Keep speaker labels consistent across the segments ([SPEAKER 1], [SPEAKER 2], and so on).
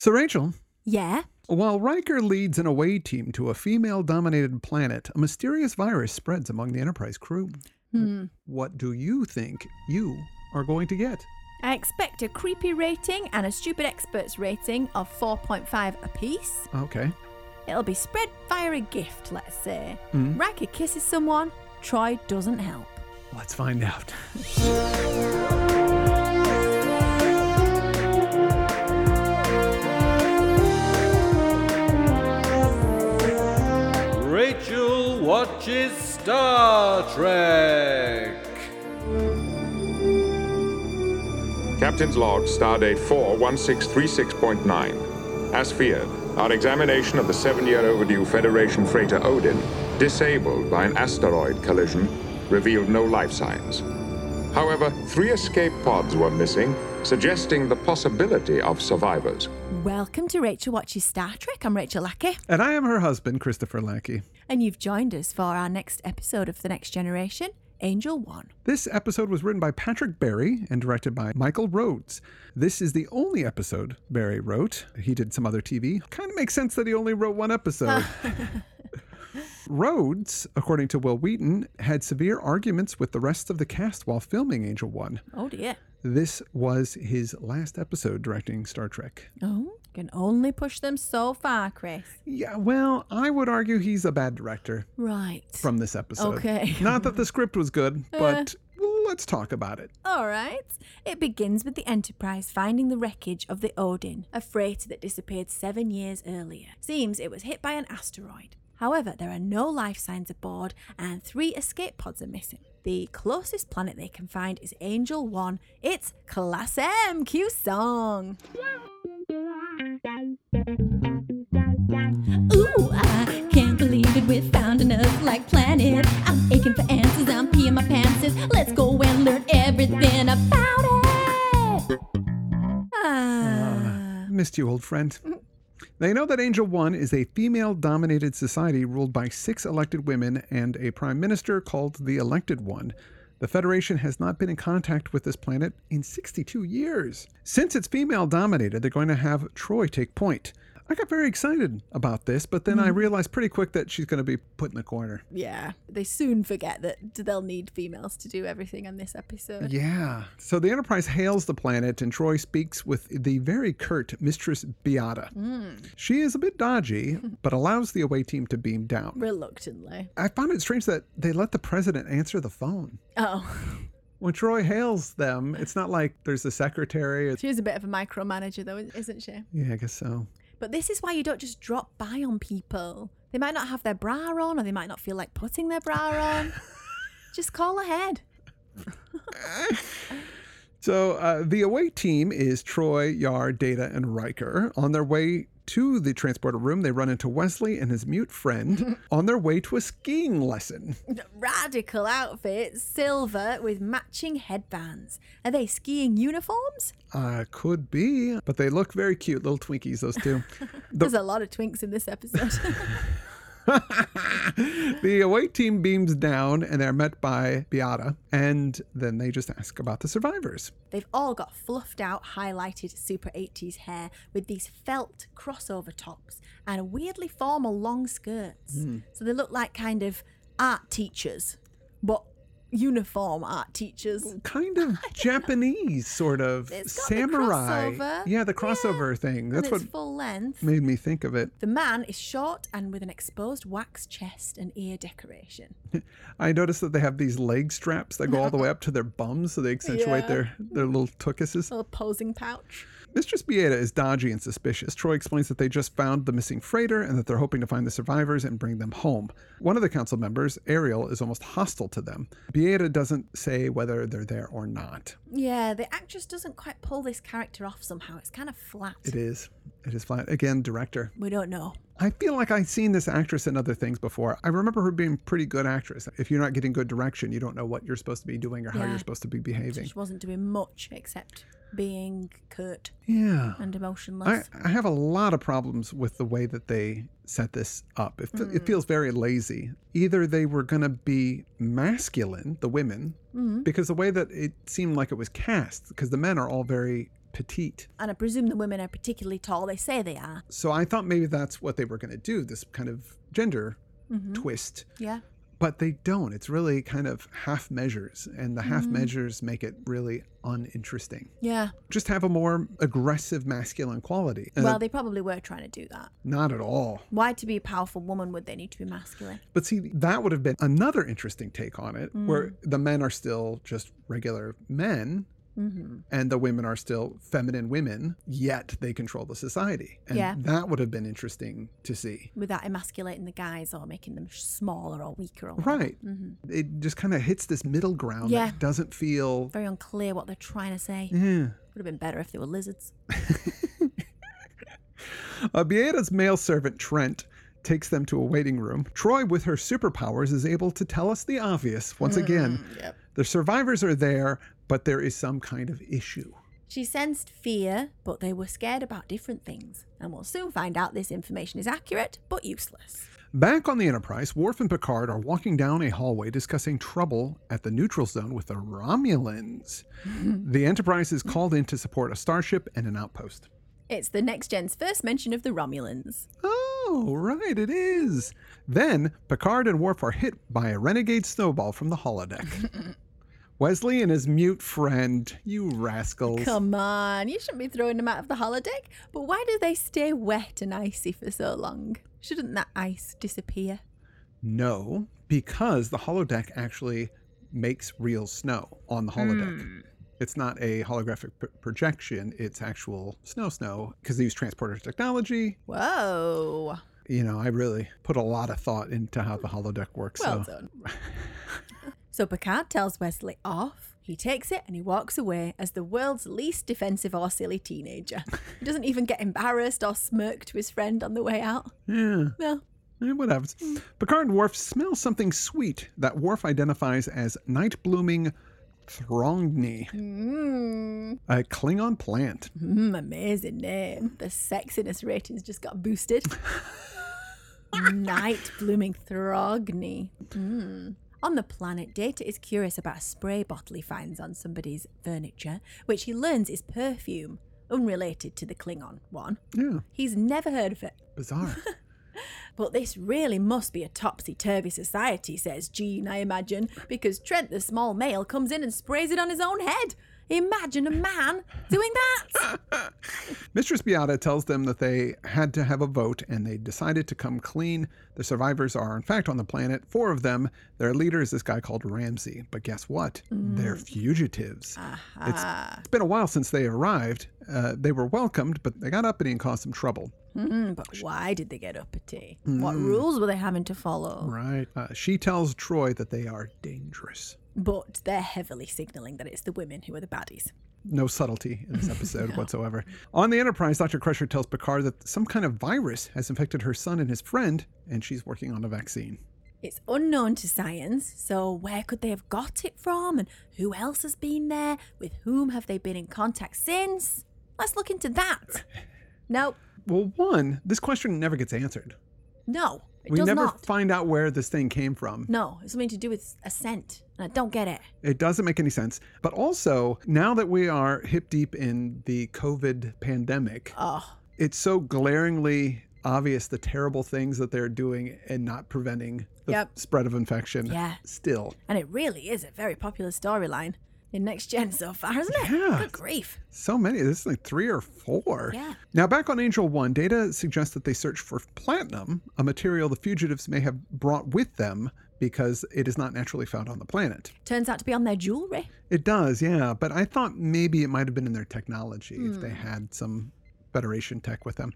[SPEAKER 1] So, Rachel,
[SPEAKER 2] Yeah.
[SPEAKER 1] while Riker leads an away team to a female dominated planet, a mysterious virus spreads among the Enterprise crew.
[SPEAKER 2] Hmm.
[SPEAKER 1] What do you think you are going to get?
[SPEAKER 2] I expect a creepy rating and a stupid experts rating of 4.5 apiece.
[SPEAKER 1] Okay.
[SPEAKER 2] It'll be spread via a gift, let's say.
[SPEAKER 1] Hmm.
[SPEAKER 2] Riker kisses someone, Troy doesn't help.
[SPEAKER 1] Let's find out.
[SPEAKER 3] Rachel watches Star Trek.
[SPEAKER 4] Captain's log, stardate 41636.9. As feared, our examination of the seven year overdue Federation freighter Odin, disabled by an asteroid collision, revealed no life signs. However, three escape pods were missing, suggesting the possibility of survivors.
[SPEAKER 2] Welcome to Rachel Watches Star Trek. I'm Rachel Lackey,
[SPEAKER 1] And I am her husband, Christopher Lackey.
[SPEAKER 2] and you've joined us for our next episode of The Next Generation Angel One.
[SPEAKER 1] This episode was written by Patrick Barry and directed by Michael Rhodes. This is the only episode Barry wrote. He did some other TV. Kind of makes sense that he only wrote one episode. Rhodes, according to Will Wheaton, had severe arguments with the rest of the cast while filming Angel One.
[SPEAKER 2] Oh dear.
[SPEAKER 1] This was his last episode directing Star Trek.
[SPEAKER 2] Oh, can only push them so far, Chris.
[SPEAKER 1] Yeah, well, I would argue he's a bad director
[SPEAKER 2] Right.
[SPEAKER 1] from this episode.
[SPEAKER 2] Okay.
[SPEAKER 1] Not that the script was good, but let's talk about it.
[SPEAKER 2] All right. It begins with the Enterprise finding the wreckage of the Odin, a freighter that disappeared seven years earlier. Seems it was hit by an asteroid. However, there are no life signs aboard, and three escape pods are missing. The closest planet they can find is Angel 1. It's Class M Q song.
[SPEAKER 5] Ooh, I can't believe it, we've found enough like planet. I'm aching for answers, I'm peeing my pants. Let's go and learn everything about it.
[SPEAKER 2] Ah.
[SPEAKER 1] Missed you, old friend. They know that Angel One is a female dominated society ruled by six elected women and a prime minister called the Elected One. The Federation has not been in contact with this planet in 62 years. Since it's female dominated, they're going to have Troy take point. I got very excited about this, but then I realized pretty quick that she's going to be put in the corner.
[SPEAKER 2] yeah. They soon forget that they'll need females to do everything on this episode.
[SPEAKER 1] Yeah. So the Enterprise hails the planet, and Troy speaks with the very curt Mistress Beata. She is a bit dodgy, but allows the away team to beam down.
[SPEAKER 2] Reluctantly.
[SPEAKER 1] I found it strange that they let the president answer the phone.
[SPEAKER 2] Oh.
[SPEAKER 1] When Troy hails them, it's not like there's a secretary. It's,
[SPEAKER 2] She is a bit of a micromanager, though, isn't she?
[SPEAKER 1] yeah, I guess so.
[SPEAKER 2] But this is why you don't just drop by on people. They might not have their bra on, or they might not feel like putting their bra on. just call ahead.
[SPEAKER 1] So uh, the away team is Troy, Yar, Data, and Riker. On their way to the transporter room, they run into Wesley and his mute friend on their way to a skiing lesson.
[SPEAKER 2] Radical outfits, silver with matching headbands. Are they skiing uniforms?
[SPEAKER 1] Uh, could be, but they look very cute, little Twinkies, those two. The-
[SPEAKER 2] There's a lot of twinks in this episode.
[SPEAKER 1] the away team beams down and they're met by Beata, and then they just ask about the survivors.
[SPEAKER 2] They've all got fluffed out, highlighted super 80s hair with these felt crossover tops and weirdly formal long skirts.
[SPEAKER 1] Hmm.
[SPEAKER 2] So they look like kind of art teachers, but uniform art teachers.
[SPEAKER 1] Kind of Japanese, sort of
[SPEAKER 2] It's got the
[SPEAKER 1] samurai.
[SPEAKER 2] crossover.
[SPEAKER 1] Yeah, the crossover thing.
[SPEAKER 2] and
[SPEAKER 1] That's
[SPEAKER 2] it's
[SPEAKER 1] what
[SPEAKER 2] full length.
[SPEAKER 1] made me think of it.
[SPEAKER 2] The man is short and with an exposed wax chest and ear decoration.
[SPEAKER 1] I noticed that they have these leg straps that go all the way up to their bums, so they accentuate
[SPEAKER 2] Yeah.
[SPEAKER 1] their, their little tuchuses.
[SPEAKER 2] Little posing pouch.
[SPEAKER 1] Mistress Beata is dodgy and suspicious. Troy explains that they just found the missing freighter and that they're hoping to find the survivors and bring them home. One of the council members, Ariel, is almost hostile to them. Beata doesn't say whether they're there or not.
[SPEAKER 2] Yeah, the actress doesn't quite pull this character off somehow. It's kind of flat.
[SPEAKER 1] It is. It is flat. Again, director.
[SPEAKER 2] We don't know.
[SPEAKER 1] I feel like I've seen this actress in other things before. I remember her being a pretty good actress. If you're not getting good direction, you don't know what you're supposed to be doing or how
[SPEAKER 2] Yeah.
[SPEAKER 1] you're supposed to be
[SPEAKER 2] She
[SPEAKER 1] behaving.
[SPEAKER 2] wasn't doing much except being curt
[SPEAKER 1] Yeah.
[SPEAKER 2] and
[SPEAKER 1] I,
[SPEAKER 2] emotionless.
[SPEAKER 1] I have a lot of problems with the way that they set this up. It, fe- it feels very lazy. Either they were going to be masculine, the women, because the way that it seemed like it was cast, because the men are all very petite.
[SPEAKER 2] And I presume the women are particularly tall. They say they are.
[SPEAKER 1] So I thought maybe that's what they were going to do, this kind of gender twist.
[SPEAKER 2] Yeah.
[SPEAKER 1] But they don't. It's really kind of half measures, and the half measures make it really uninteresting.
[SPEAKER 2] Yeah.
[SPEAKER 1] Just have a more aggressive masculine quality. And
[SPEAKER 2] Well, they probably were trying to do that.
[SPEAKER 1] not at all.
[SPEAKER 2] Why, to be a powerful woman, would they need to be masculine?
[SPEAKER 1] But see, that would have been another interesting take on it,
[SPEAKER 2] Mm.
[SPEAKER 1] where the men are still just regular men
[SPEAKER 2] Mm-hmm.
[SPEAKER 1] and the women are still feminine women, yet they control the society. And
[SPEAKER 2] Yeah.
[SPEAKER 1] that would have been interesting to see.
[SPEAKER 2] Without emasculating the guys or making them smaller or weaker or whatever.
[SPEAKER 1] Right. It just kind of hits this middle ground
[SPEAKER 2] Mm-hmm. Yeah.
[SPEAKER 1] that doesn't feel. eh.
[SPEAKER 2] Very unclear what they're trying to say.
[SPEAKER 1] Mm.
[SPEAKER 2] Would have been better if they were lizards.
[SPEAKER 1] Uh, Bieda's male servant, Trent, takes them to a waiting room. Troy, with her superpowers, is able to tell us the obvious once again.
[SPEAKER 2] Mm,
[SPEAKER 1] The survivors are there, but there is some kind of issue.
[SPEAKER 2] She sensed fear, but they were scared about different things. And we'll soon find out this information is accurate but useless.
[SPEAKER 1] Back on the Enterprise, Worf and Picard are walking down a hallway discussing trouble at the neutral zone with the Romulans. the Enterprise is called in to support a starship and an outpost.
[SPEAKER 2] It's the next gen's first mention of the Romulans.
[SPEAKER 1] Oh, right, it is. Then Picard and Worf are hit by a renegade snowball from the holodeck. Wesley and his mute friend, you rascals.
[SPEAKER 2] Come on, you shouldn't be throwing them out of the holodeck. But why do they stay wet and icy for so long? Shouldn't that ice disappear?
[SPEAKER 1] No, because the holodeck actually makes real snow on the holodeck. It's not a holographic pr- projection, it's actual snow snow because they use transporter technology.
[SPEAKER 2] Whoa.
[SPEAKER 1] You know, I really put a lot of thought into how the holodeck works.
[SPEAKER 2] Well
[SPEAKER 1] so.
[SPEAKER 2] done. so Picard tells Wesley off. He takes it and he walks away as the world's least defensive or silly teenager. He doesn't even get embarrassed or smirk to his friend on the way out.
[SPEAKER 1] Yeah.
[SPEAKER 2] No.
[SPEAKER 1] Eh, What happens? Picard and Worf smell something sweet that Worf identifies as night blooming throngni,
[SPEAKER 2] Mmm.
[SPEAKER 1] a Klingon plant.
[SPEAKER 2] Mm, amazing name. The sexiness ratings just got boosted. Night blooming throgny. Mm. On the planet, Data is curious about a spray bottle he finds on somebody's furniture, which he learns is perfume, unrelated to the Klingon one.
[SPEAKER 1] Yeah,
[SPEAKER 2] He's never heard of it.
[SPEAKER 1] bizarre.
[SPEAKER 2] But this really must be a topsy turvy society, says Jean, I imagine, because Trent the small male comes in and sprays it on his own head. Imagine a man doing that!
[SPEAKER 1] Mistress Beata tells them that they had to have a vote and they decided to come clean. The survivors are, in fact, on the planet, four of them. Their leader is this guy called Ramsey. But guess what? They're fugitives. It's, it's been a while since they arrived. Uh, they were welcomed, but they got uppity and caused some trouble.
[SPEAKER 2] Mm, but why did they get uppity?
[SPEAKER 1] Mm.
[SPEAKER 2] What rules were they having to follow?
[SPEAKER 1] Right. Uh, she tells Troy that they are dangerous.
[SPEAKER 2] But they're heavily signalling that it's the women who are the baddies.
[SPEAKER 1] No subtlety in this episode whatsoever. On the Enterprise, Dr. Crusher tells Picard that some kind of virus has infected her son and his friend, and she's working on a vaccine.
[SPEAKER 2] It's unknown to science, so where could they have got it from? And who else has been there? With whom have they been in contact since? Let's look into that. Nope.
[SPEAKER 1] Well, one, this question never gets answered.
[SPEAKER 2] No, it
[SPEAKER 1] we
[SPEAKER 2] does
[SPEAKER 1] never
[SPEAKER 2] not.
[SPEAKER 1] find out where this thing came from.
[SPEAKER 2] no, it's something to do with a scent, and I don't get it.
[SPEAKER 1] It doesn't make any sense. But also, now that we are hip deep in the COVID pandemic,
[SPEAKER 2] Oh,
[SPEAKER 1] it's so glaringly obvious the terrible things that they're doing and not preventing the
[SPEAKER 2] Yep.
[SPEAKER 1] spread of infection.
[SPEAKER 2] Yeah.
[SPEAKER 1] Still,
[SPEAKER 2] and it really is a very popular storyline in Next Gen so far, isn't it?
[SPEAKER 1] Yeah.
[SPEAKER 2] Good grief.
[SPEAKER 1] so many. This is like three or four.
[SPEAKER 2] Yeah.
[SPEAKER 1] Now, back on Angel One, data suggests that they search for platinum, a material the fugitives may have brought with them because it is not naturally found on the planet.
[SPEAKER 2] Turns out to be on their jewellery.
[SPEAKER 1] It does, yeah. But I thought maybe it might have been in their technology if they had some Federation tech with them.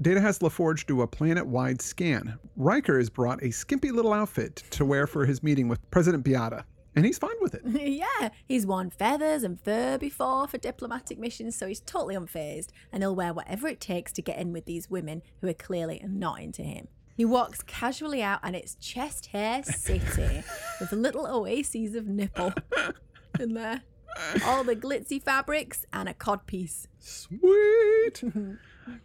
[SPEAKER 1] Data has LaForge do a planet wide scan. Riker has brought a skimpy little outfit to wear for his meeting with President Beata, and he's fine with it.
[SPEAKER 2] yeah, he's worn feathers and fur before for diplomatic missions, so he's totally unfazed, and he'll wear whatever it takes to get in with these women who are clearly not into him. He walks casually out, and it's chest hair city with little oases of nipple in there. All the glitzy fabrics and a codpiece,
[SPEAKER 1] Sweet!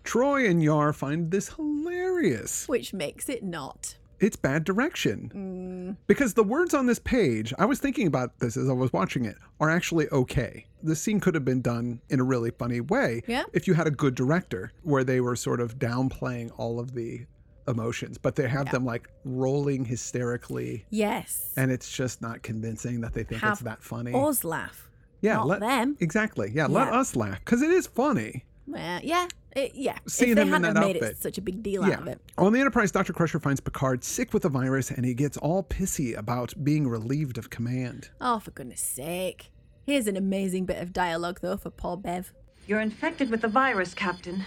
[SPEAKER 1] Troy and Yar find this hilarious.
[SPEAKER 2] which makes it not.
[SPEAKER 1] it's bad direction.
[SPEAKER 2] Mm.
[SPEAKER 1] Because the words on this page, I was thinking about this as I was watching it, are actually okay. The scene could have been done in a really funny way
[SPEAKER 2] Yeah.
[SPEAKER 1] if you had a good director where they were sort of downplaying all of the emotions, but they have them like rolling hysterically
[SPEAKER 2] Yes.
[SPEAKER 1] and it's just not convincing that they think
[SPEAKER 2] Have
[SPEAKER 1] it's that funny.
[SPEAKER 2] Us laugh.
[SPEAKER 1] yeah,
[SPEAKER 2] not
[SPEAKER 1] let
[SPEAKER 2] them.
[SPEAKER 1] Exactly. Yeah, let
[SPEAKER 2] Yeah.
[SPEAKER 1] us laugh because it is funny.
[SPEAKER 2] Well, yeah. It, yeah.
[SPEAKER 1] Seeing
[SPEAKER 2] if they
[SPEAKER 1] him in
[SPEAKER 2] hadn't
[SPEAKER 1] that
[SPEAKER 2] have made it
[SPEAKER 1] outfit.
[SPEAKER 2] such a big deal out of
[SPEAKER 1] Yeah.
[SPEAKER 2] it.
[SPEAKER 1] On the Enterprise, Dr. Crusher finds Picard sick with a virus and he gets all pissy about being relieved of command.
[SPEAKER 2] Oh, for goodness sake. Here's an amazing bit of dialogue, though, for Paul Bev.
[SPEAKER 6] You're infected with the virus, Captain.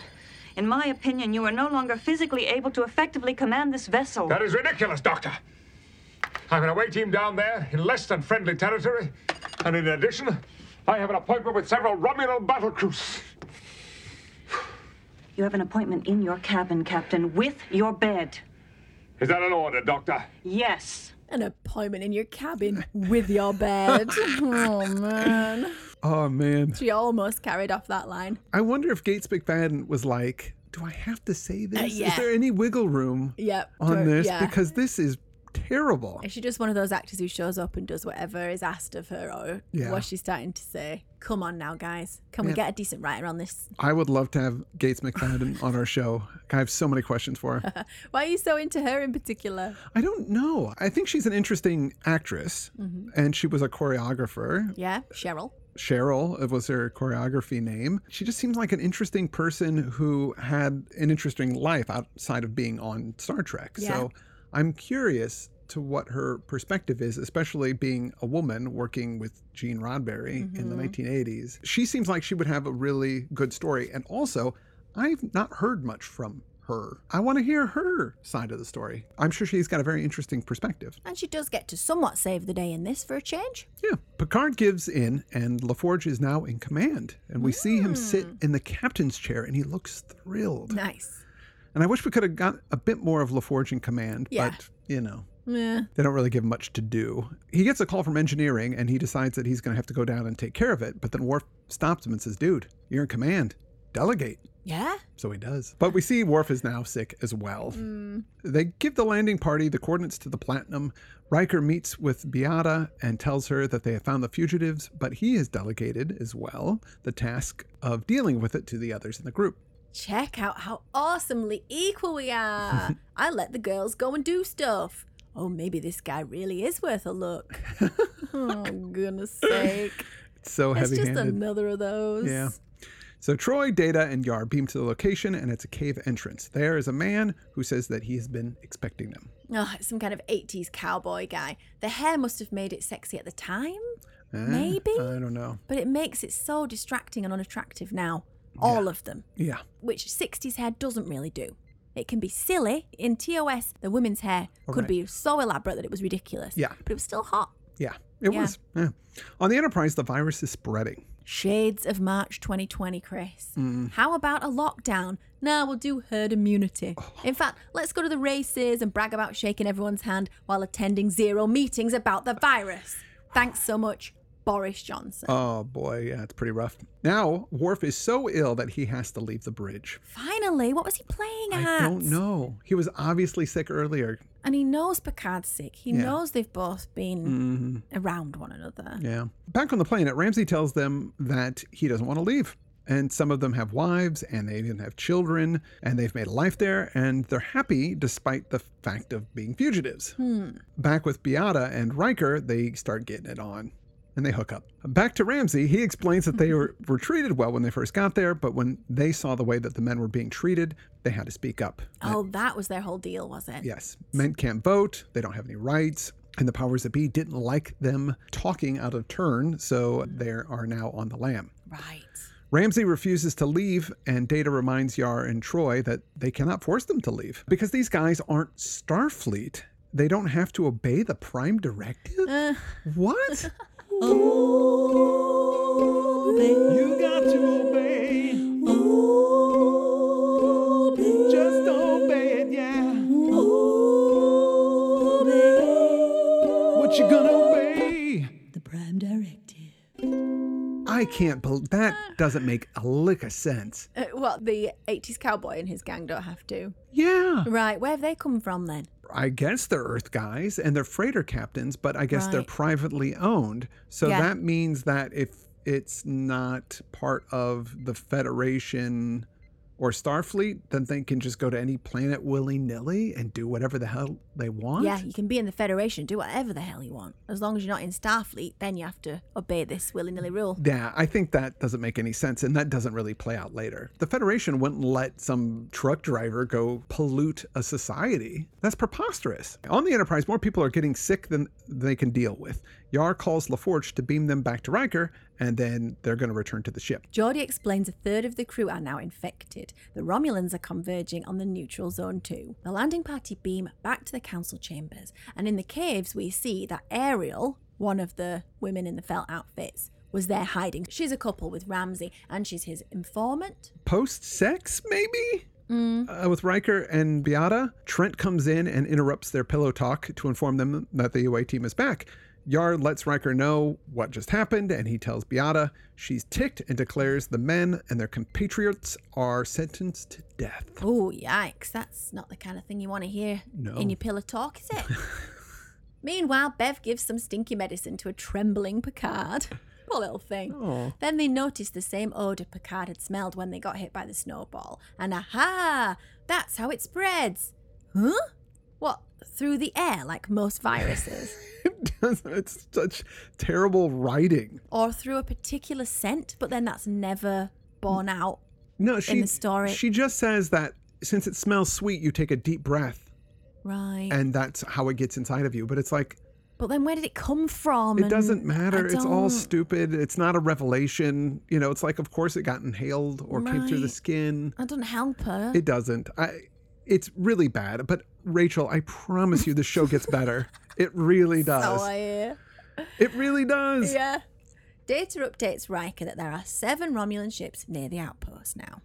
[SPEAKER 6] In my opinion, you are no longer physically able to effectively command this vessel.
[SPEAKER 4] That is ridiculous, Doctor. I'm an away team down there in less than friendly territory. And in addition, I have an appointment with several Romulan battle crews.
[SPEAKER 6] You have an appointment in your cabin, Captain, with your bed.
[SPEAKER 4] Is that an order, Doctor?
[SPEAKER 6] Yes.
[SPEAKER 2] An appointment in your cabin with your bed. oh, man.
[SPEAKER 1] Oh, man.
[SPEAKER 2] She almost carried off that line.
[SPEAKER 1] I wonder if Gates McFadden was like, Do I have to say this? Is
[SPEAKER 2] Uh, yeah.
[SPEAKER 1] there any wiggle room
[SPEAKER 2] Yep.
[SPEAKER 1] on
[SPEAKER 2] Sure,
[SPEAKER 1] this?
[SPEAKER 2] yeah.
[SPEAKER 1] Because this is terrible.
[SPEAKER 2] Is she just one of those actors who shows up and does whatever is asked of her or
[SPEAKER 1] Yeah.
[SPEAKER 2] what she's starting to say? Come on now, guys. Can we get a decent writer on this?
[SPEAKER 1] I would love to have Gates McFadden on our show. I have so many questions for her.
[SPEAKER 2] Why are you so into her in particular?
[SPEAKER 1] I don't know. I think she's an interesting actress
[SPEAKER 2] Mm-hmm.
[SPEAKER 1] and she was a choreographer.
[SPEAKER 2] Yeah, Cheryl.
[SPEAKER 1] Cheryl was her choreography name. She just seems like an interesting person who had an interesting life outside of being on Star Trek.
[SPEAKER 2] Yeah.
[SPEAKER 1] So I'm curious to what her perspective is, especially being a woman working with Gene Roddenberry in the 1980s. She seems like she would have a really good story. And also, I've not heard much from her. I want to hear her side of the story. I'm sure she's got a very interesting perspective.
[SPEAKER 2] And she does get to somewhat save the day in this for a change.
[SPEAKER 1] Yeah, Picard gives in, and LaForge is now in command. And we see him sit in the captain's chair, and he looks thrilled.
[SPEAKER 2] Nice.
[SPEAKER 1] And I wish we could have got a bit more of LaForge in command,
[SPEAKER 2] Yeah.
[SPEAKER 1] but you know,
[SPEAKER 2] Yeah.
[SPEAKER 1] they don't really give him much to do. He gets a call from engineering, and he decides that he's going to have to go down and take care of it. But then Worf stops him and says, "Dude, you're in command. Delegate."
[SPEAKER 2] Yeah.
[SPEAKER 1] So he does. But we see Worf is now sick as well.
[SPEAKER 2] Mm.
[SPEAKER 1] They give the landing party the coordinates to the Platinum. Riker meets with Beata and tells her that they have found the fugitives, but he is delegated as well the task of dealing with it to the others in the group.
[SPEAKER 2] Check out how awesomely equal we are. I let the girls go and do stuff. Oh, maybe this guy really is worth a look. oh, goodness sake.
[SPEAKER 1] It's so
[SPEAKER 2] It's
[SPEAKER 1] heavy
[SPEAKER 2] just
[SPEAKER 1] handed.
[SPEAKER 2] another of those.
[SPEAKER 1] Yeah. So Troy, Data, and Yar beam to the location, and it's a cave entrance. There is a man who says that he's been expecting them.
[SPEAKER 2] Oh, it's some kind of 80s cowboy guy. The hair must have made it sexy at the time,
[SPEAKER 1] Eh,
[SPEAKER 2] Maybe?
[SPEAKER 1] I don't know.
[SPEAKER 2] but it makes it so distracting and unattractive now. All of them.
[SPEAKER 1] Yeah.
[SPEAKER 2] Which 60s hair doesn't really do. It can be silly. In TOS, the women's hair could
[SPEAKER 1] Right.
[SPEAKER 2] be so elaborate that it was ridiculous.
[SPEAKER 1] Yeah.
[SPEAKER 2] But it was still hot.
[SPEAKER 1] Yeah. It
[SPEAKER 2] Yeah.
[SPEAKER 1] was. Yeah. On the Enterprise, the virus is spreading.
[SPEAKER 2] Shades of March 2020, Chris.
[SPEAKER 1] Mm-hmm.
[SPEAKER 2] How about a lockdown? Now we'll do herd immunity.
[SPEAKER 1] Oh.
[SPEAKER 2] In fact, let's go to the races and brag about shaking everyone's hand while attending zero meetings about the virus. Thanks so much, Boris Johnson.
[SPEAKER 1] Oh boy, yeah, it's pretty rough. Now, Worf is so ill that he has to leave the bridge.
[SPEAKER 2] Finally, what was he playing
[SPEAKER 1] I
[SPEAKER 2] at?
[SPEAKER 1] don't know. He was obviously sick earlier.
[SPEAKER 2] And he knows Picard's sick. He
[SPEAKER 1] Yeah. Mm-hmm.
[SPEAKER 2] knows they've both been around one another.
[SPEAKER 1] Yeah. Back on the planet, Ramsey tells them that he doesn't want to leave. And some of them have wives and they even have children and they've made a life there and they're happy despite the fact of being fugitives. Back with Beata and Riker, they start getting it on and they hook up. Back to Ramsey, he explains that they were, were treated well when they first got there, but when they saw the way that the men were being treated, they had to speak up.
[SPEAKER 2] Oh, that was their whole deal, was it?
[SPEAKER 1] Yes. Men can't vote. They don't have any rights. And the powers that be didn't like them talking out of turn, so they are now on the lam.
[SPEAKER 2] Right.
[SPEAKER 1] Ramsey refuses to leave, and Data reminds Yar and Troy that they cannot force them to leave because these guys aren't Starfleet. They don't have to obey the Prime Directive? What?
[SPEAKER 3] You got to obey. Just obey it, yeah. What you gonna obey?
[SPEAKER 5] The Prime Directive.
[SPEAKER 1] I can't believe that doesn't make a lick of sense.
[SPEAKER 2] Uh, well, the 80s cowboy and his gang don't have to.
[SPEAKER 1] Yeah.
[SPEAKER 2] Right, where have they come from then?
[SPEAKER 1] I guess they're Earth guys and they're freighter captains, but I guess they're
[SPEAKER 2] Right.
[SPEAKER 1] privately owned. So
[SPEAKER 2] Yeah.
[SPEAKER 1] that means that if it's not part of the Federation or Starfleet, then they can just go to any planet willy nilly and do whatever the hell they want.
[SPEAKER 2] Yeah, you can be in the Federation, do whatever the hell you want. As long as you're not in Starfleet, then you have to obey this willy nilly rule.
[SPEAKER 1] Yeah, I think that doesn't make any sense, and that doesn't really play out later. The Federation wouldn't let some truck driver go pollute a society. That's preposterous. On the Enterprise, more people are getting sick than they can deal with. Yar calls LaForge to beam them back to Riker, and then they're going to return to the ship.
[SPEAKER 2] Geordie explains a third of the crew are now infected. The Romulans are converging on the neutral zone too. The landing party beam back to the council chambers, and in the caves, we see that Ariel, one of the women in the felt outfits, was there hiding. She's a couple with Ramsey, and she's his informant.
[SPEAKER 1] Post sex, maybe?
[SPEAKER 2] Mm.
[SPEAKER 1] Uh, with Riker and Beata, Trent comes in and interrupts their pillow talk to inform them that the UA team is back. Yar lets Riker know what just happened, and he tells Beata she's ticked and declares the men and their compatriots are sentenced to death.
[SPEAKER 2] Oh, yikes, that's not the kind of thing you want to hear
[SPEAKER 1] No.
[SPEAKER 2] in your pillow talk, is it? Meanwhile, Bev gives some stinky medicine to a trembling Picard. Poor little thing. Then they notice the same odour Picard had smelled when they got hit by the snowball. And aha! That's how it spreads. Huh? What? Through the air, like most viruses?
[SPEAKER 1] it's such terrible writing.
[SPEAKER 2] or through a particular scent, but then that's never borne
[SPEAKER 1] Mm.
[SPEAKER 2] out.
[SPEAKER 1] No, she
[SPEAKER 2] the story-
[SPEAKER 1] she just says that since it smells sweet, you take a deep breath,
[SPEAKER 2] Right.
[SPEAKER 1] and that's how it gets inside of you. But it's like
[SPEAKER 2] but then where did it come from?
[SPEAKER 1] It
[SPEAKER 2] And
[SPEAKER 1] doesn't
[SPEAKER 2] I
[SPEAKER 1] matter. It's all
[SPEAKER 2] don't-
[SPEAKER 1] stupid. It's not a revelation. You know, it's like, of course, it got inhaled or came through the
[SPEAKER 2] Right.
[SPEAKER 1] skin.
[SPEAKER 2] That doesn't help her.
[SPEAKER 1] It doesn't. I. It's really bad. But Rachel, I promise you, the show gets better. it really does.
[SPEAKER 2] Oh, I hear.
[SPEAKER 1] It really does.
[SPEAKER 2] Yeah. Data updates Riker that there are seven Romulan ships near the outpost now.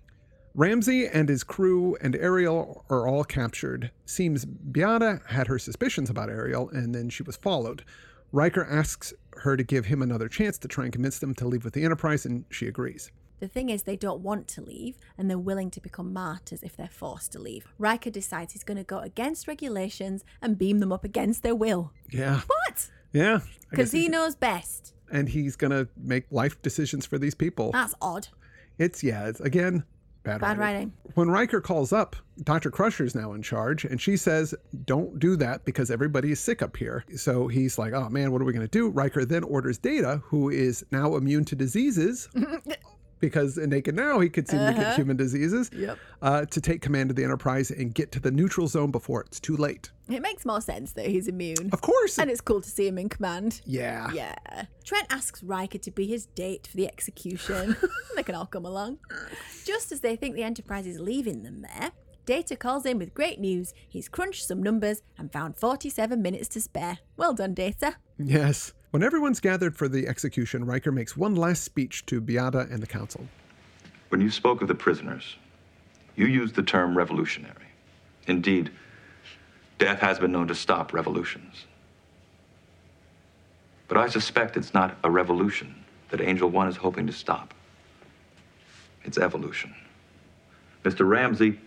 [SPEAKER 1] Ramsey and his crew and Ariel are all captured. Seems Beata had her suspicions about Ariel, and then she was followed. Riker asks her to give him another chance to try and convince them to leave with the Enterprise, and she agrees.
[SPEAKER 2] The thing is, they don't want to leave, and they're willing to become martyrs if they're forced to leave. Riker decides he's going to go against regulations and beam them up against their will.
[SPEAKER 1] Yeah.
[SPEAKER 2] What?
[SPEAKER 1] Yeah. I guess
[SPEAKER 2] Because he knows best.
[SPEAKER 1] and he's gonna make life decisions for these people.
[SPEAKER 2] That's odd.
[SPEAKER 1] It's yeah, it's again bad,
[SPEAKER 2] Ah.
[SPEAKER 1] writing.
[SPEAKER 2] Bad writing.
[SPEAKER 1] When Riker calls up, Dr. Crusher's now in charge, and she says, "Don't do that because everybody is sick up here." So he's like, "Oh man, what are we gonna do?" Riker then orders Data, who is now immune to diseases. Because in Naked Now, he could seem to get human diseases
[SPEAKER 2] Uh-huh. Yep.
[SPEAKER 1] uh, to take command of the Enterprise and get to the neutral zone before it's too late.
[SPEAKER 2] It makes more sense that he's immune.
[SPEAKER 1] Of course.
[SPEAKER 2] And it's cool to see him in command.
[SPEAKER 1] yeah.
[SPEAKER 2] Yeah. Trent asks Riker to be his date for the execution. they can all come along. Just as they think the Enterprise is leaving them there, Data calls in with great news. He's crunched some numbers and found 47 minutes to spare. Well done, Data.
[SPEAKER 1] Yes. When everyone's gathered for the execution, Riker makes one last speech to Beata and the council.
[SPEAKER 7] When you spoke of the prisoners, you used the term revolutionary. Indeed, death has been known to stop revolutions. But I suspect it's not a revolution that Angel One is hoping to stop. It's evolution. Mr. Ramsey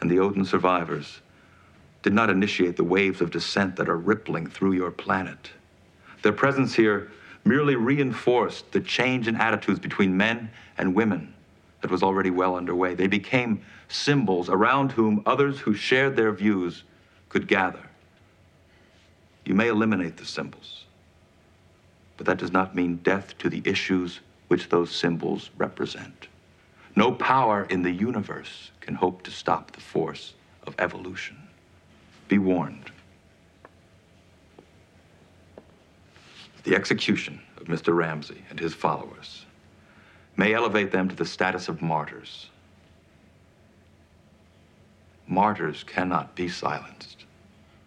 [SPEAKER 7] and the Odin survivors did not initiate the waves of dissent that are rippling through your planet. Their presence here merely reinforced the change in attitudes between men and women that was already well underway. They became symbols around whom others who shared their views could gather. You may eliminate the symbols, but that does not mean death to the issues which those symbols represent. No power in the universe can hope to stop the force of evolution. Be warned. The execution of Mr. Ramsey and his followers may elevate them to the status of martyrs. Martyrs cannot be silenced.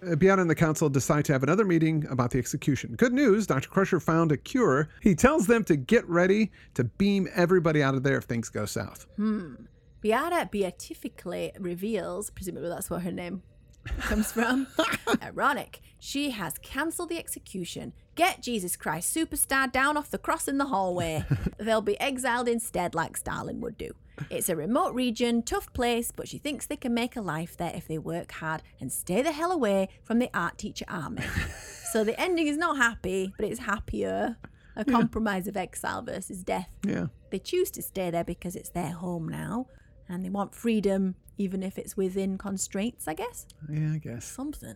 [SPEAKER 1] Uh, Beata and the council decide to have another meeting about the execution. Good news Dr. Crusher found a cure. He tells them to get ready to beam everybody out of there if things go south.
[SPEAKER 2] Beata beatifically reveals, presumably that's where her name comes from. Ironic. She has cancelled the execution. Get Jesus Christ superstar down off the cross in the hallway. They'll be exiled instead, like Stalin would do. It's a remote region, tough place, but she thinks they can make a life there if they work hard and stay the hell away from the art teacher army. so the ending is not happy, but it's happier. A compromise of exile versus death.
[SPEAKER 1] Yeah.
[SPEAKER 2] They choose to stay there because it's their home now and they want freedom, even if it's within constraints, I guess.
[SPEAKER 1] Yeah, I guess.
[SPEAKER 2] Something.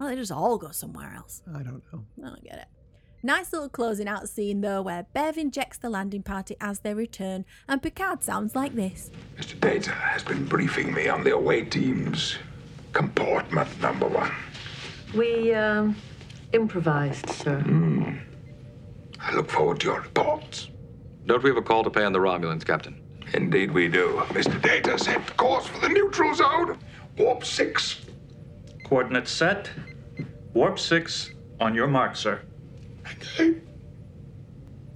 [SPEAKER 2] Well, they just all go somewhere else.
[SPEAKER 1] I don't know.
[SPEAKER 2] I don't get it. Nice little closing out scene though, where Bev injects the landing party as they return, and Picard sounds like this.
[SPEAKER 8] Mr. Data has been briefing me on the away team's comportment, number one.
[SPEAKER 9] We um, improvised, sir.
[SPEAKER 8] I look forward to your reports.
[SPEAKER 7] Don't we have a call to pay on the Romulans, Captain?
[SPEAKER 8] Indeed, we do. Mr. Data set course for the neutral zone. Warp six.
[SPEAKER 10] Coordinates set. Warp 6 on your mark, sir.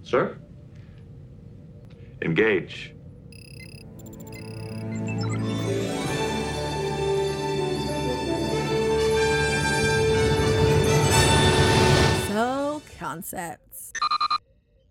[SPEAKER 7] Sir? Engage.
[SPEAKER 2] So concepts.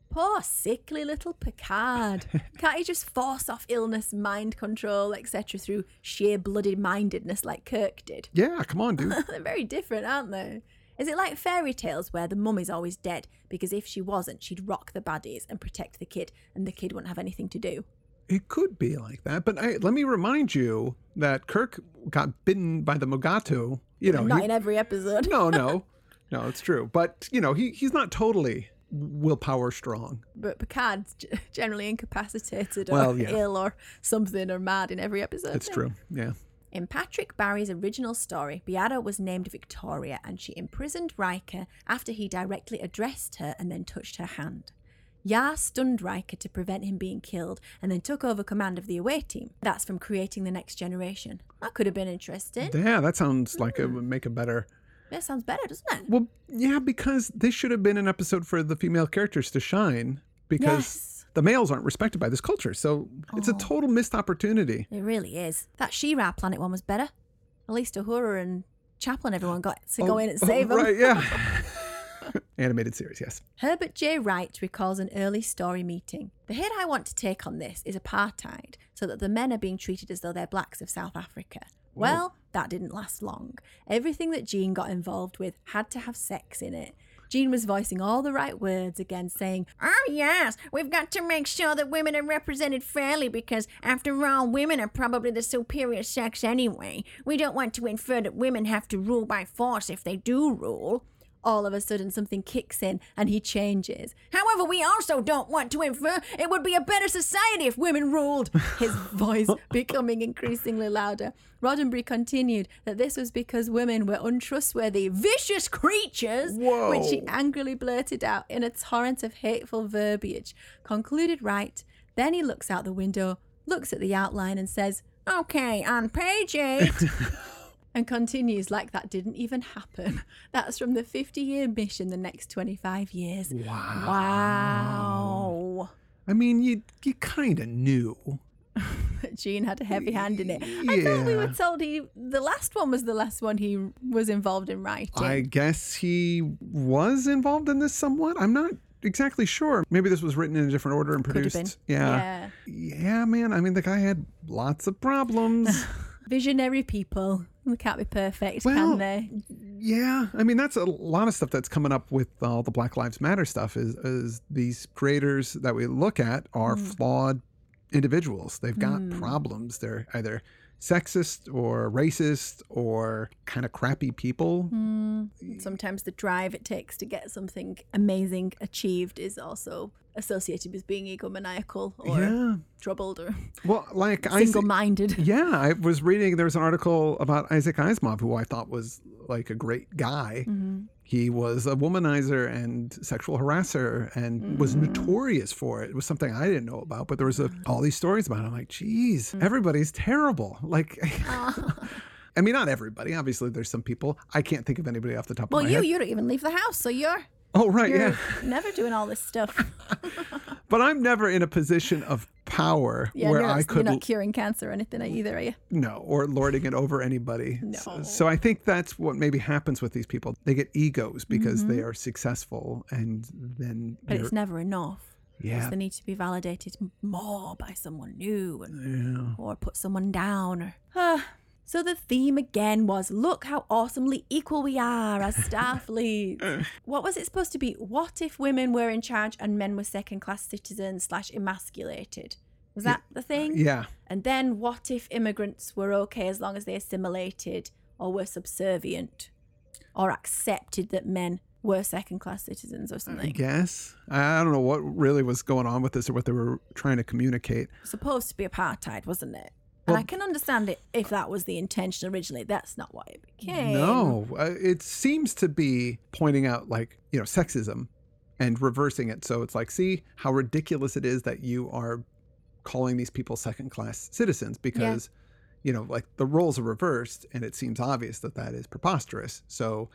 [SPEAKER 2] Poor sickly little Picard. Can't he just force off illness, mind control, etc., through sheer blooded mindedness like Kirk did?
[SPEAKER 1] Yeah, come on, dude.
[SPEAKER 2] They're very different, aren't they? Is it like fairy tales where the mum is always dead because if she wasn't, she'd rock the baddies and protect the kid, and the kid wouldn't have anything to do?
[SPEAKER 1] It could be like that, but I, let me remind you that Kirk got bitten by the Mogatu. Oh, You know,
[SPEAKER 2] Not
[SPEAKER 1] he-
[SPEAKER 2] in every episode.
[SPEAKER 1] no, no, no, it's true. But you know, he he's not totally willpower strong.
[SPEAKER 2] But Picard's g- generally incapacitated or
[SPEAKER 1] Well, yeah.
[SPEAKER 2] ill or something or mad in every episode.
[SPEAKER 1] It's
[SPEAKER 2] yeah.
[SPEAKER 1] true. Yeah.
[SPEAKER 2] In Patrick Barry's original story, Beata was named Victoria and she imprisoned Riker after he directly addressed her and then touched her hand. Yar stunned Riker to prevent him being killed and then took over command of the away team. That's from creating the next generation. That could have been interesting.
[SPEAKER 1] Yeah, that sounds like
[SPEAKER 2] Hmm.
[SPEAKER 1] it would make a better.
[SPEAKER 2] That sounds better, doesn't it?
[SPEAKER 1] Well, yeah, because this should have been an episode for the female characters to shine because
[SPEAKER 2] Yes. Oh.
[SPEAKER 1] the males aren't respected by this culture. So it's a total missed opportunity.
[SPEAKER 2] It really is. That She-Ra planet one was better. At least Uhura and Chaplin, everyone got to go in and save them.
[SPEAKER 1] Oh, Right, yeah. Animated series, yes.
[SPEAKER 2] Herbert J. Wright recalls an early story meeting. The hit I want to take on this is apartheid, so that the men are being treated as though they're blacks of South Africa. Well, that didn't last long. Everything that Jean got involved with had to have sex in it. Jean was voicing all the right words again, saying, Oh, yes, we've got to make sure that women are represented fairly because, after all, women are probably the superior sex anyway. We don't want to infer that women have to rule by force if they do rule all of a sudden something kicks in and he changes. However, we also don't want to infer it would be a better society if women ruled. His voice becoming increasingly louder. Roddenberry continued that this was because women were untrustworthy, vicious creatures, which he angrily blurted out in a torrent of hateful verbiage. Concluded right. Then he looks out the window, looks at the outline, and says, Okay, on page eight and continues like that didn't even happen. That's from the 50 year mission the next 25 years. Wow.
[SPEAKER 1] I mean, you you kind of knew.
[SPEAKER 2] Gene had a heavy hand in it. I thought we
[SPEAKER 1] Yeah.
[SPEAKER 2] were told he the last one was the last one he was involved in writing.
[SPEAKER 1] I guess he was involved in this somewhat. I'm not exactly sure. Maybe this was written in a different order and
[SPEAKER 2] Could have
[SPEAKER 1] produced.
[SPEAKER 2] been.
[SPEAKER 1] Yeah.
[SPEAKER 2] yeah.
[SPEAKER 1] yeah. man. I mean, the guy had lots of problems.
[SPEAKER 2] Visionary people. They can't be perfect,
[SPEAKER 1] Well,
[SPEAKER 2] can they?
[SPEAKER 1] yeah. I mean, that's a lot of stuff that's coming up with all the Black Lives Matter stuff is, is these creators that we look at are flawed individuals. They've got problems. They're either sexist or racist or kind of crappy people.
[SPEAKER 2] Sometimes the drive it takes to get something amazing achieved is also associated with being egomaniacal or
[SPEAKER 1] Yeah.
[SPEAKER 2] troubled or
[SPEAKER 1] Well, like I
[SPEAKER 2] single minded.
[SPEAKER 1] Yeah, I was reading. There was an article about Isaac Asimov, who I thought was like a great guy.
[SPEAKER 2] Mm-hmm.
[SPEAKER 1] He was a womanizer and sexual harasser, and was
[SPEAKER 2] Mm.
[SPEAKER 1] notorious for it. It was something I didn't know about, but there was a, all these stories about. It. I'm like, geez,
[SPEAKER 2] Mm.
[SPEAKER 1] everybody's terrible. Like, I mean, not everybody. Obviously, there's some people. I can't think of anybody off the top
[SPEAKER 2] Well,
[SPEAKER 1] of my
[SPEAKER 2] you
[SPEAKER 1] head.
[SPEAKER 2] you don't even leave the house, so you're
[SPEAKER 1] oh, right,
[SPEAKER 2] You're
[SPEAKER 1] yeah.
[SPEAKER 2] never doing all this stuff.
[SPEAKER 1] But I'm never in a position of power
[SPEAKER 2] Yeah,
[SPEAKER 1] where
[SPEAKER 2] you're, not,
[SPEAKER 1] I
[SPEAKER 2] you're
[SPEAKER 1] could
[SPEAKER 2] not curing cancer or anything either, are you?
[SPEAKER 1] No, or lording it over anybody. S- So,
[SPEAKER 2] No.
[SPEAKER 1] I think that's what maybe happens with these people. They get egos because they are successful, and then
[SPEAKER 2] Mm-hmm. But
[SPEAKER 1] they're-
[SPEAKER 2] it's never enough. Because
[SPEAKER 1] Yeah.
[SPEAKER 2] They need to be validated m- more by someone new and,
[SPEAKER 1] Yeah.
[SPEAKER 2] or put someone down. Or, Ah. so the theme again was look how awesomely equal we are as staff leads. What was it supposed to be? What if women were in charge and men were second class citizens slash emasculated? Was that the thing?
[SPEAKER 1] Yeah.
[SPEAKER 2] And then what if immigrants were okay as long as they assimilated or were subservient or accepted that men were second class citizens or
[SPEAKER 1] I
[SPEAKER 2] something?
[SPEAKER 1] guess. I I don't know what really was going on with this or what they were trying to communicate.
[SPEAKER 2] Supposed to be apartheid, wasn't it?
[SPEAKER 1] Well-
[SPEAKER 2] and I can understand it if that was the intention originally. That's not what it became.
[SPEAKER 1] No, uh, it seems to be pointing out like, you know, sexism and reversing it. So it's like, see how ridiculous it is that you are calling these people second class citizens because, you know, like the roles are reversed and it seems obvious that that is preposterous. So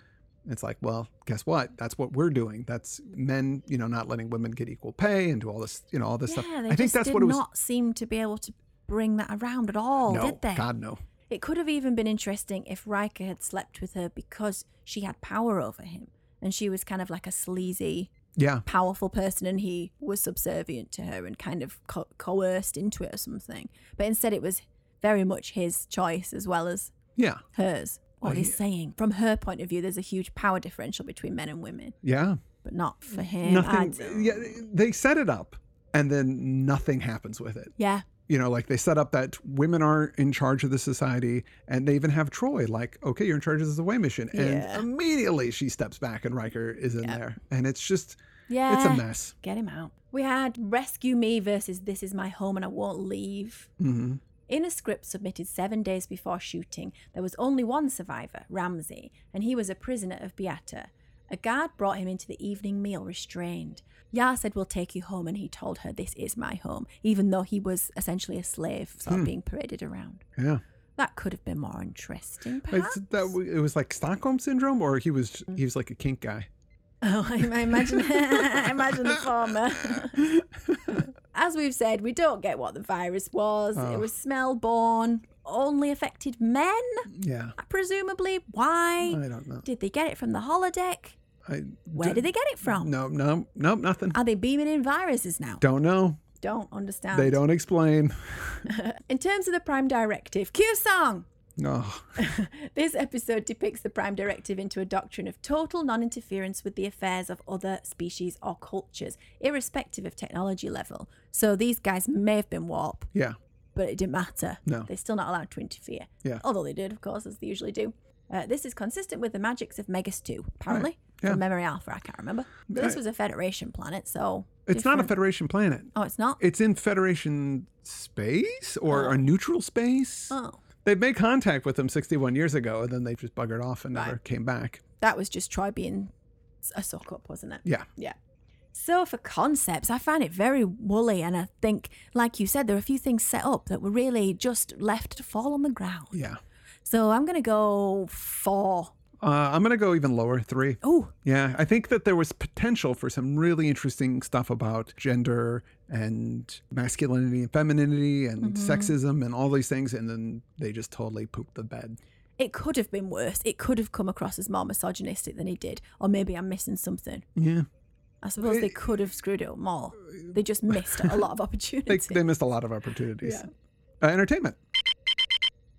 [SPEAKER 1] it's like, well, guess what? That's what we're doing. That's men, you know, not letting women get equal pay and do all this, you know, all this stuff.
[SPEAKER 2] Yeah, they
[SPEAKER 1] I think
[SPEAKER 2] just
[SPEAKER 1] that's
[SPEAKER 2] did
[SPEAKER 1] what it was.
[SPEAKER 2] not seem to be able to bring that around at all,
[SPEAKER 1] no,
[SPEAKER 2] did they?
[SPEAKER 1] God, no.
[SPEAKER 2] It could have even been interesting if Riker had slept with her because she had power over him and she was kind of like a sleazy,
[SPEAKER 1] Yeah.
[SPEAKER 2] powerful person and he was subservient to her and kind of co- coerced into it or something. But instead, it was very much his choice as well as
[SPEAKER 1] Yeah.
[SPEAKER 2] hers. What
[SPEAKER 1] Oh,
[SPEAKER 2] he's
[SPEAKER 1] yeah.
[SPEAKER 2] saying. From her point of view, there's a huge power differential between men and women,
[SPEAKER 1] Yeah.
[SPEAKER 2] but not for him.
[SPEAKER 1] nothing.
[SPEAKER 2] I'd-
[SPEAKER 1] Yeah, they set it up, and then nothing happens with it.
[SPEAKER 2] yeah.
[SPEAKER 1] You know, like they set up that women are in charge of the society, and they even have Troy like, okay, you're in charge of the away mission, and
[SPEAKER 2] Yeah.
[SPEAKER 1] immediately she steps back, and Riker is in there, and it's just,
[SPEAKER 2] Yeah.
[SPEAKER 1] it's a mess.
[SPEAKER 2] Get him out. We had Rescue Me versus This Is My Home and I Won't Leave.
[SPEAKER 1] hmm
[SPEAKER 2] In a script submitted seven days before shooting, there was only one survivor, Ramsey, and he was a prisoner of Beata. A guard brought him into the evening meal restrained. Yar said, We'll take you home, and he told her, This is my home, even though he was essentially a slave, sort
[SPEAKER 1] Hmm.
[SPEAKER 2] of being paraded around.
[SPEAKER 1] Yeah,
[SPEAKER 2] That could have been more interesting,
[SPEAKER 1] it's,
[SPEAKER 2] perhaps. Mm-hmm.
[SPEAKER 1] that w- it was like Stockholm syndrome, or he was he was like a kink guy.
[SPEAKER 2] Oh, I, I imagine, I imagine the former. As we've said, we don't get what the virus was.
[SPEAKER 1] Oh.
[SPEAKER 2] It was smell borne, only affected men,
[SPEAKER 1] Yeah,
[SPEAKER 2] presumably. Why?
[SPEAKER 1] I don't know.
[SPEAKER 2] Did they get it from the holodeck?
[SPEAKER 1] I,
[SPEAKER 2] Where did they get it from?
[SPEAKER 1] No, no, no, nothing.
[SPEAKER 2] Are they beaming in viruses now?
[SPEAKER 1] Don't know.
[SPEAKER 2] Don't understand.
[SPEAKER 1] They don't explain.
[SPEAKER 2] In terms of the Prime Directive, cue song!
[SPEAKER 1] No.
[SPEAKER 2] This episode depicts the Prime Directive into a doctrine of total non interference with the affairs of other species or cultures, irrespective of technology level. So these guys may have been warp,
[SPEAKER 1] Yeah.
[SPEAKER 2] but it didn't matter.
[SPEAKER 1] No.
[SPEAKER 2] They're still not allowed to interfere.
[SPEAKER 1] Yeah.
[SPEAKER 2] Although they did, of course, as they usually do. Uh, this is consistent with the magics of Megas 2, apparently.
[SPEAKER 1] Yeah.
[SPEAKER 2] From memory alpha, I can't remember. But this
[SPEAKER 1] I-
[SPEAKER 2] was a Federation planet, so.
[SPEAKER 1] It's not a
[SPEAKER 2] different-
[SPEAKER 1] Federation planet.
[SPEAKER 2] Oh, it's not?
[SPEAKER 1] It's in Federation space or a neutral space.
[SPEAKER 2] Oh.
[SPEAKER 1] They made contact with them 61 years ago and then they just buggered off and never came back.
[SPEAKER 2] That was just Troy being a sock up, wasn't it?
[SPEAKER 1] Yeah.
[SPEAKER 2] Yeah. So for concepts, I found it very woolly, and I think, like you said, there are a few things set up that were really just left to fall on the ground.
[SPEAKER 1] Yeah.
[SPEAKER 2] So I'm gonna go four.
[SPEAKER 1] Uh, I'm going to go even lower, three.
[SPEAKER 2] Oh,
[SPEAKER 1] Yeah. I think that there was potential for some really interesting stuff about gender and masculinity and femininity and
[SPEAKER 2] Mm-hmm.
[SPEAKER 1] sexism and all these things. And then they just totally pooped the bed.
[SPEAKER 2] it could have been worse. It could have come across as more misogynistic than he did, or maybe I'm missing something.
[SPEAKER 1] Yeah.
[SPEAKER 2] I suppose they could have screwed it up more. They just missed a lot of
[SPEAKER 1] They,
[SPEAKER 2] opportunities.
[SPEAKER 1] they missed a lot of opportunities.
[SPEAKER 2] Yeah.
[SPEAKER 1] Uh, entertainment.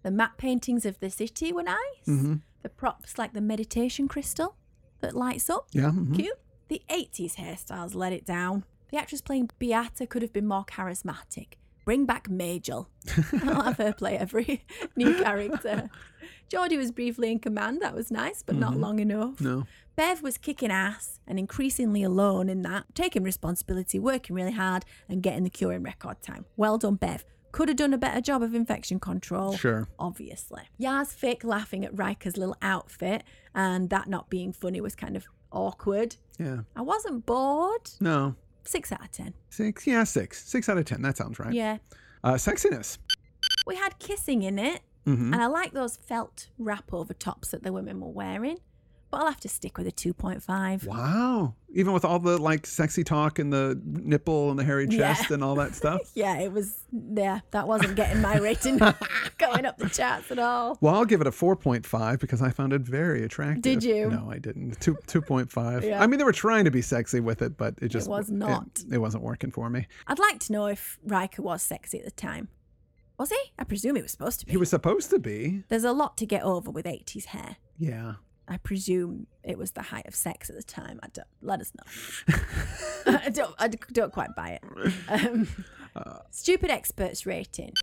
[SPEAKER 2] The map paintings of the city were nice.
[SPEAKER 1] Mhm.
[SPEAKER 2] The props like the meditation crystal that lights up.
[SPEAKER 1] Yeah. mhm.
[SPEAKER 2] Cute. The 80s hairstyles let it down. The actress playing Beata could have been more charismatic. Bring back Majel. I'll have her play every new character. Geordie was briefly in command. That was nice, but not long enough.
[SPEAKER 1] Mm-hmm. No.
[SPEAKER 2] Bev was kicking ass and increasingly alone in that, taking responsibility, working really hard, and getting the cure in record time. Well done, Bev. Could have done a better job of infection control.
[SPEAKER 1] Sure.
[SPEAKER 2] Obviously. Yaz fake laughing at Riker's little outfit and that not being funny was kind of awkward.
[SPEAKER 1] Yeah.
[SPEAKER 2] I wasn't bored.
[SPEAKER 1] No.
[SPEAKER 2] Six out of ten.
[SPEAKER 1] Six, yeah, six, six out of ten. That sounds right.
[SPEAKER 2] Yeah.
[SPEAKER 1] Uh, sexiness.
[SPEAKER 2] We had kissing in it,
[SPEAKER 1] Mhm.
[SPEAKER 2] and I like those felt wrap over tops that the women were wearing. but I'll have to stick with a 2.5.
[SPEAKER 1] Wow. Even with all the like sexy talk and the nipple and the hairy
[SPEAKER 2] Yeah.
[SPEAKER 1] chest and all that stuff.
[SPEAKER 2] Yeah, it was. Yeah, that wasn't getting my rating going up the charts at all.
[SPEAKER 1] Well, I'll give it a 4.5 because I found it very attractive.
[SPEAKER 2] Did you?
[SPEAKER 1] No, I didn't. Two, 2.5.
[SPEAKER 2] Yeah.
[SPEAKER 1] I mean, they were trying to be sexy with it, but it just
[SPEAKER 2] was not.
[SPEAKER 1] It, it wasn't working for me.
[SPEAKER 2] I'd like to know if Riker was sexy at the time. Was he? I presume he was supposed to be.
[SPEAKER 1] He was supposed to be.
[SPEAKER 2] There's a lot to get over with 80s hair.
[SPEAKER 1] Yeah.
[SPEAKER 2] I presume it was the height of sex at the time. I don't, let us know. I don't, I don't quite buy it. Um, stupid experts rating.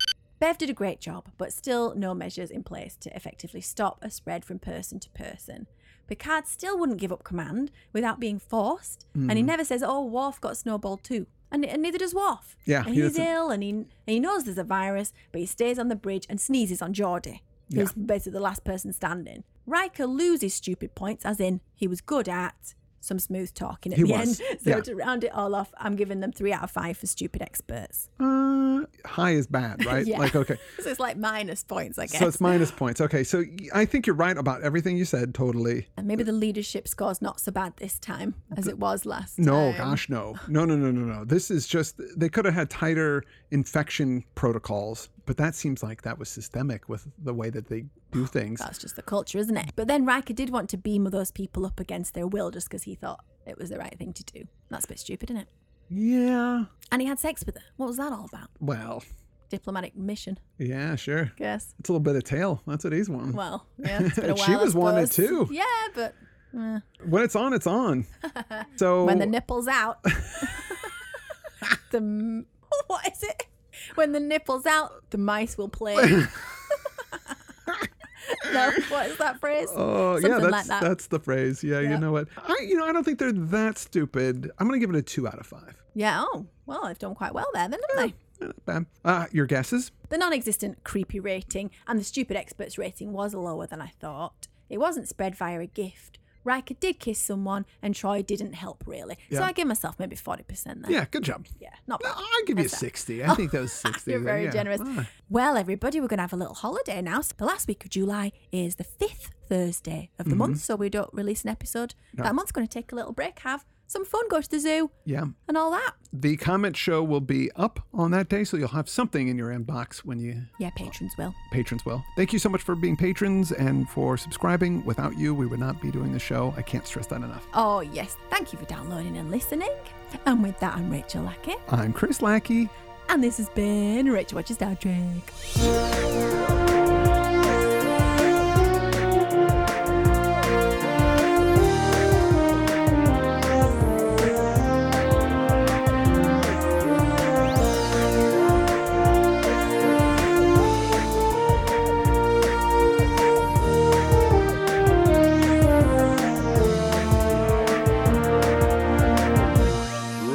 [SPEAKER 2] Bev did a great job, but still no measures in place to effectively stop a spread from person to person. Picard still wouldn't give up command without being forced, and he
[SPEAKER 1] Mhm.
[SPEAKER 2] never says, "Oh, Worf got snowballed too," and, and neither does Worf.
[SPEAKER 1] Yeah,
[SPEAKER 2] and
[SPEAKER 1] he
[SPEAKER 2] he's
[SPEAKER 1] doesn't-
[SPEAKER 2] ill, and he and he knows there's a virus, but he stays on the bridge and sneezes on Geordie who's basically the last person standing. Riker loses stupid points, as in he was good at some smooth talking at
[SPEAKER 1] He
[SPEAKER 2] the
[SPEAKER 1] was,
[SPEAKER 2] end. So
[SPEAKER 1] yeah.
[SPEAKER 2] to round it all off, I'm giving them three out of five for stupid experts.
[SPEAKER 1] Uh, high is bad, right?
[SPEAKER 2] Yeah.
[SPEAKER 1] Like, okay.
[SPEAKER 2] So it's like minus points, I guess.
[SPEAKER 1] So it's minus points. Okay. So y- I think you're right about everything you said, totally.
[SPEAKER 2] and maybe the leadership score's not so bad this time as it was last.
[SPEAKER 1] No,
[SPEAKER 2] time.
[SPEAKER 1] gosh, no. No, no, no, no, no. This is just, they could have had tighter infection protocols, but that seems like that was systemic with the way that they do things.
[SPEAKER 2] That's just the culture, isn't it? But then Riker did want to beam those people up against their will just because he thought it was the right thing to do. That's a bit stupid, isn't it?
[SPEAKER 1] Yeah.
[SPEAKER 2] And he had sex with her. What was that all about?
[SPEAKER 1] Well,
[SPEAKER 2] Diplomatic mission,
[SPEAKER 1] yeah, sure.
[SPEAKER 2] I guess.
[SPEAKER 1] It's a little bit of tail. That's what he's wanting.
[SPEAKER 2] Well, yeah, it's been a while.
[SPEAKER 1] She
[SPEAKER 2] I
[SPEAKER 1] was wanted
[SPEAKER 2] suppose.
[SPEAKER 1] too.
[SPEAKER 2] Yeah, but eh,
[SPEAKER 1] When it's on, it's on. So
[SPEAKER 2] when the nipple's out, the m- what is it? When the nipple's out, the mice will play. no, what is that phrase?
[SPEAKER 1] Oh
[SPEAKER 2] Something
[SPEAKER 1] yeah, that's
[SPEAKER 2] like that.
[SPEAKER 1] that's the phrase. Yeah, you
[SPEAKER 2] Yeah.
[SPEAKER 1] know what? I you know I don't think they're that stupid. I'm gonna give it a two out of five.
[SPEAKER 2] Yeah. Oh, well, they've done quite well there, then, haven't they?
[SPEAKER 1] Eh, not bad. Uh, your guesses?
[SPEAKER 2] The non-existent creepy rating and the stupid experts rating was lower than I thought. It wasn't spread via a gift. Riker did kiss someone, and Troy didn't help really. So
[SPEAKER 1] Yeah.
[SPEAKER 2] I give myself maybe forty percent there.
[SPEAKER 1] Yeah, good job.
[SPEAKER 2] Yeah, not
[SPEAKER 1] No,
[SPEAKER 2] bad.
[SPEAKER 1] I'll give you a
[SPEAKER 2] That's it.
[SPEAKER 1] sixty. I think that was sixty.
[SPEAKER 2] You're
[SPEAKER 1] there,
[SPEAKER 2] very
[SPEAKER 1] yeah.
[SPEAKER 2] generous.
[SPEAKER 1] Ah,
[SPEAKER 2] Well, everybody, we're going to have a little holiday now. So the last week of July is the fifth Thursday of the
[SPEAKER 1] Mm-hmm.
[SPEAKER 2] month, so we don't release an episode
[SPEAKER 1] No.
[SPEAKER 2] that month. Going to take a little break, have some fun, go to the zoo,
[SPEAKER 1] yeah.
[SPEAKER 2] and all that.
[SPEAKER 1] The comment show will be up on that day, so you'll have something in your inbox when you
[SPEAKER 2] Yeah, patrons will.
[SPEAKER 1] patrons will. Thank you so much for being patrons and for subscribing. Without you, we would not be doing the show. I can't stress that enough.
[SPEAKER 2] Oh yes, thank you for downloading and listening. And with that, I'm Rachel Lackett,
[SPEAKER 1] I'm Chris Lackey.
[SPEAKER 2] and this has been Rachel Watches Star Trek.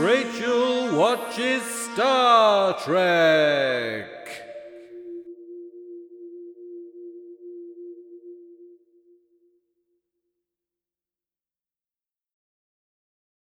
[SPEAKER 11] Rachel watches Star Trek.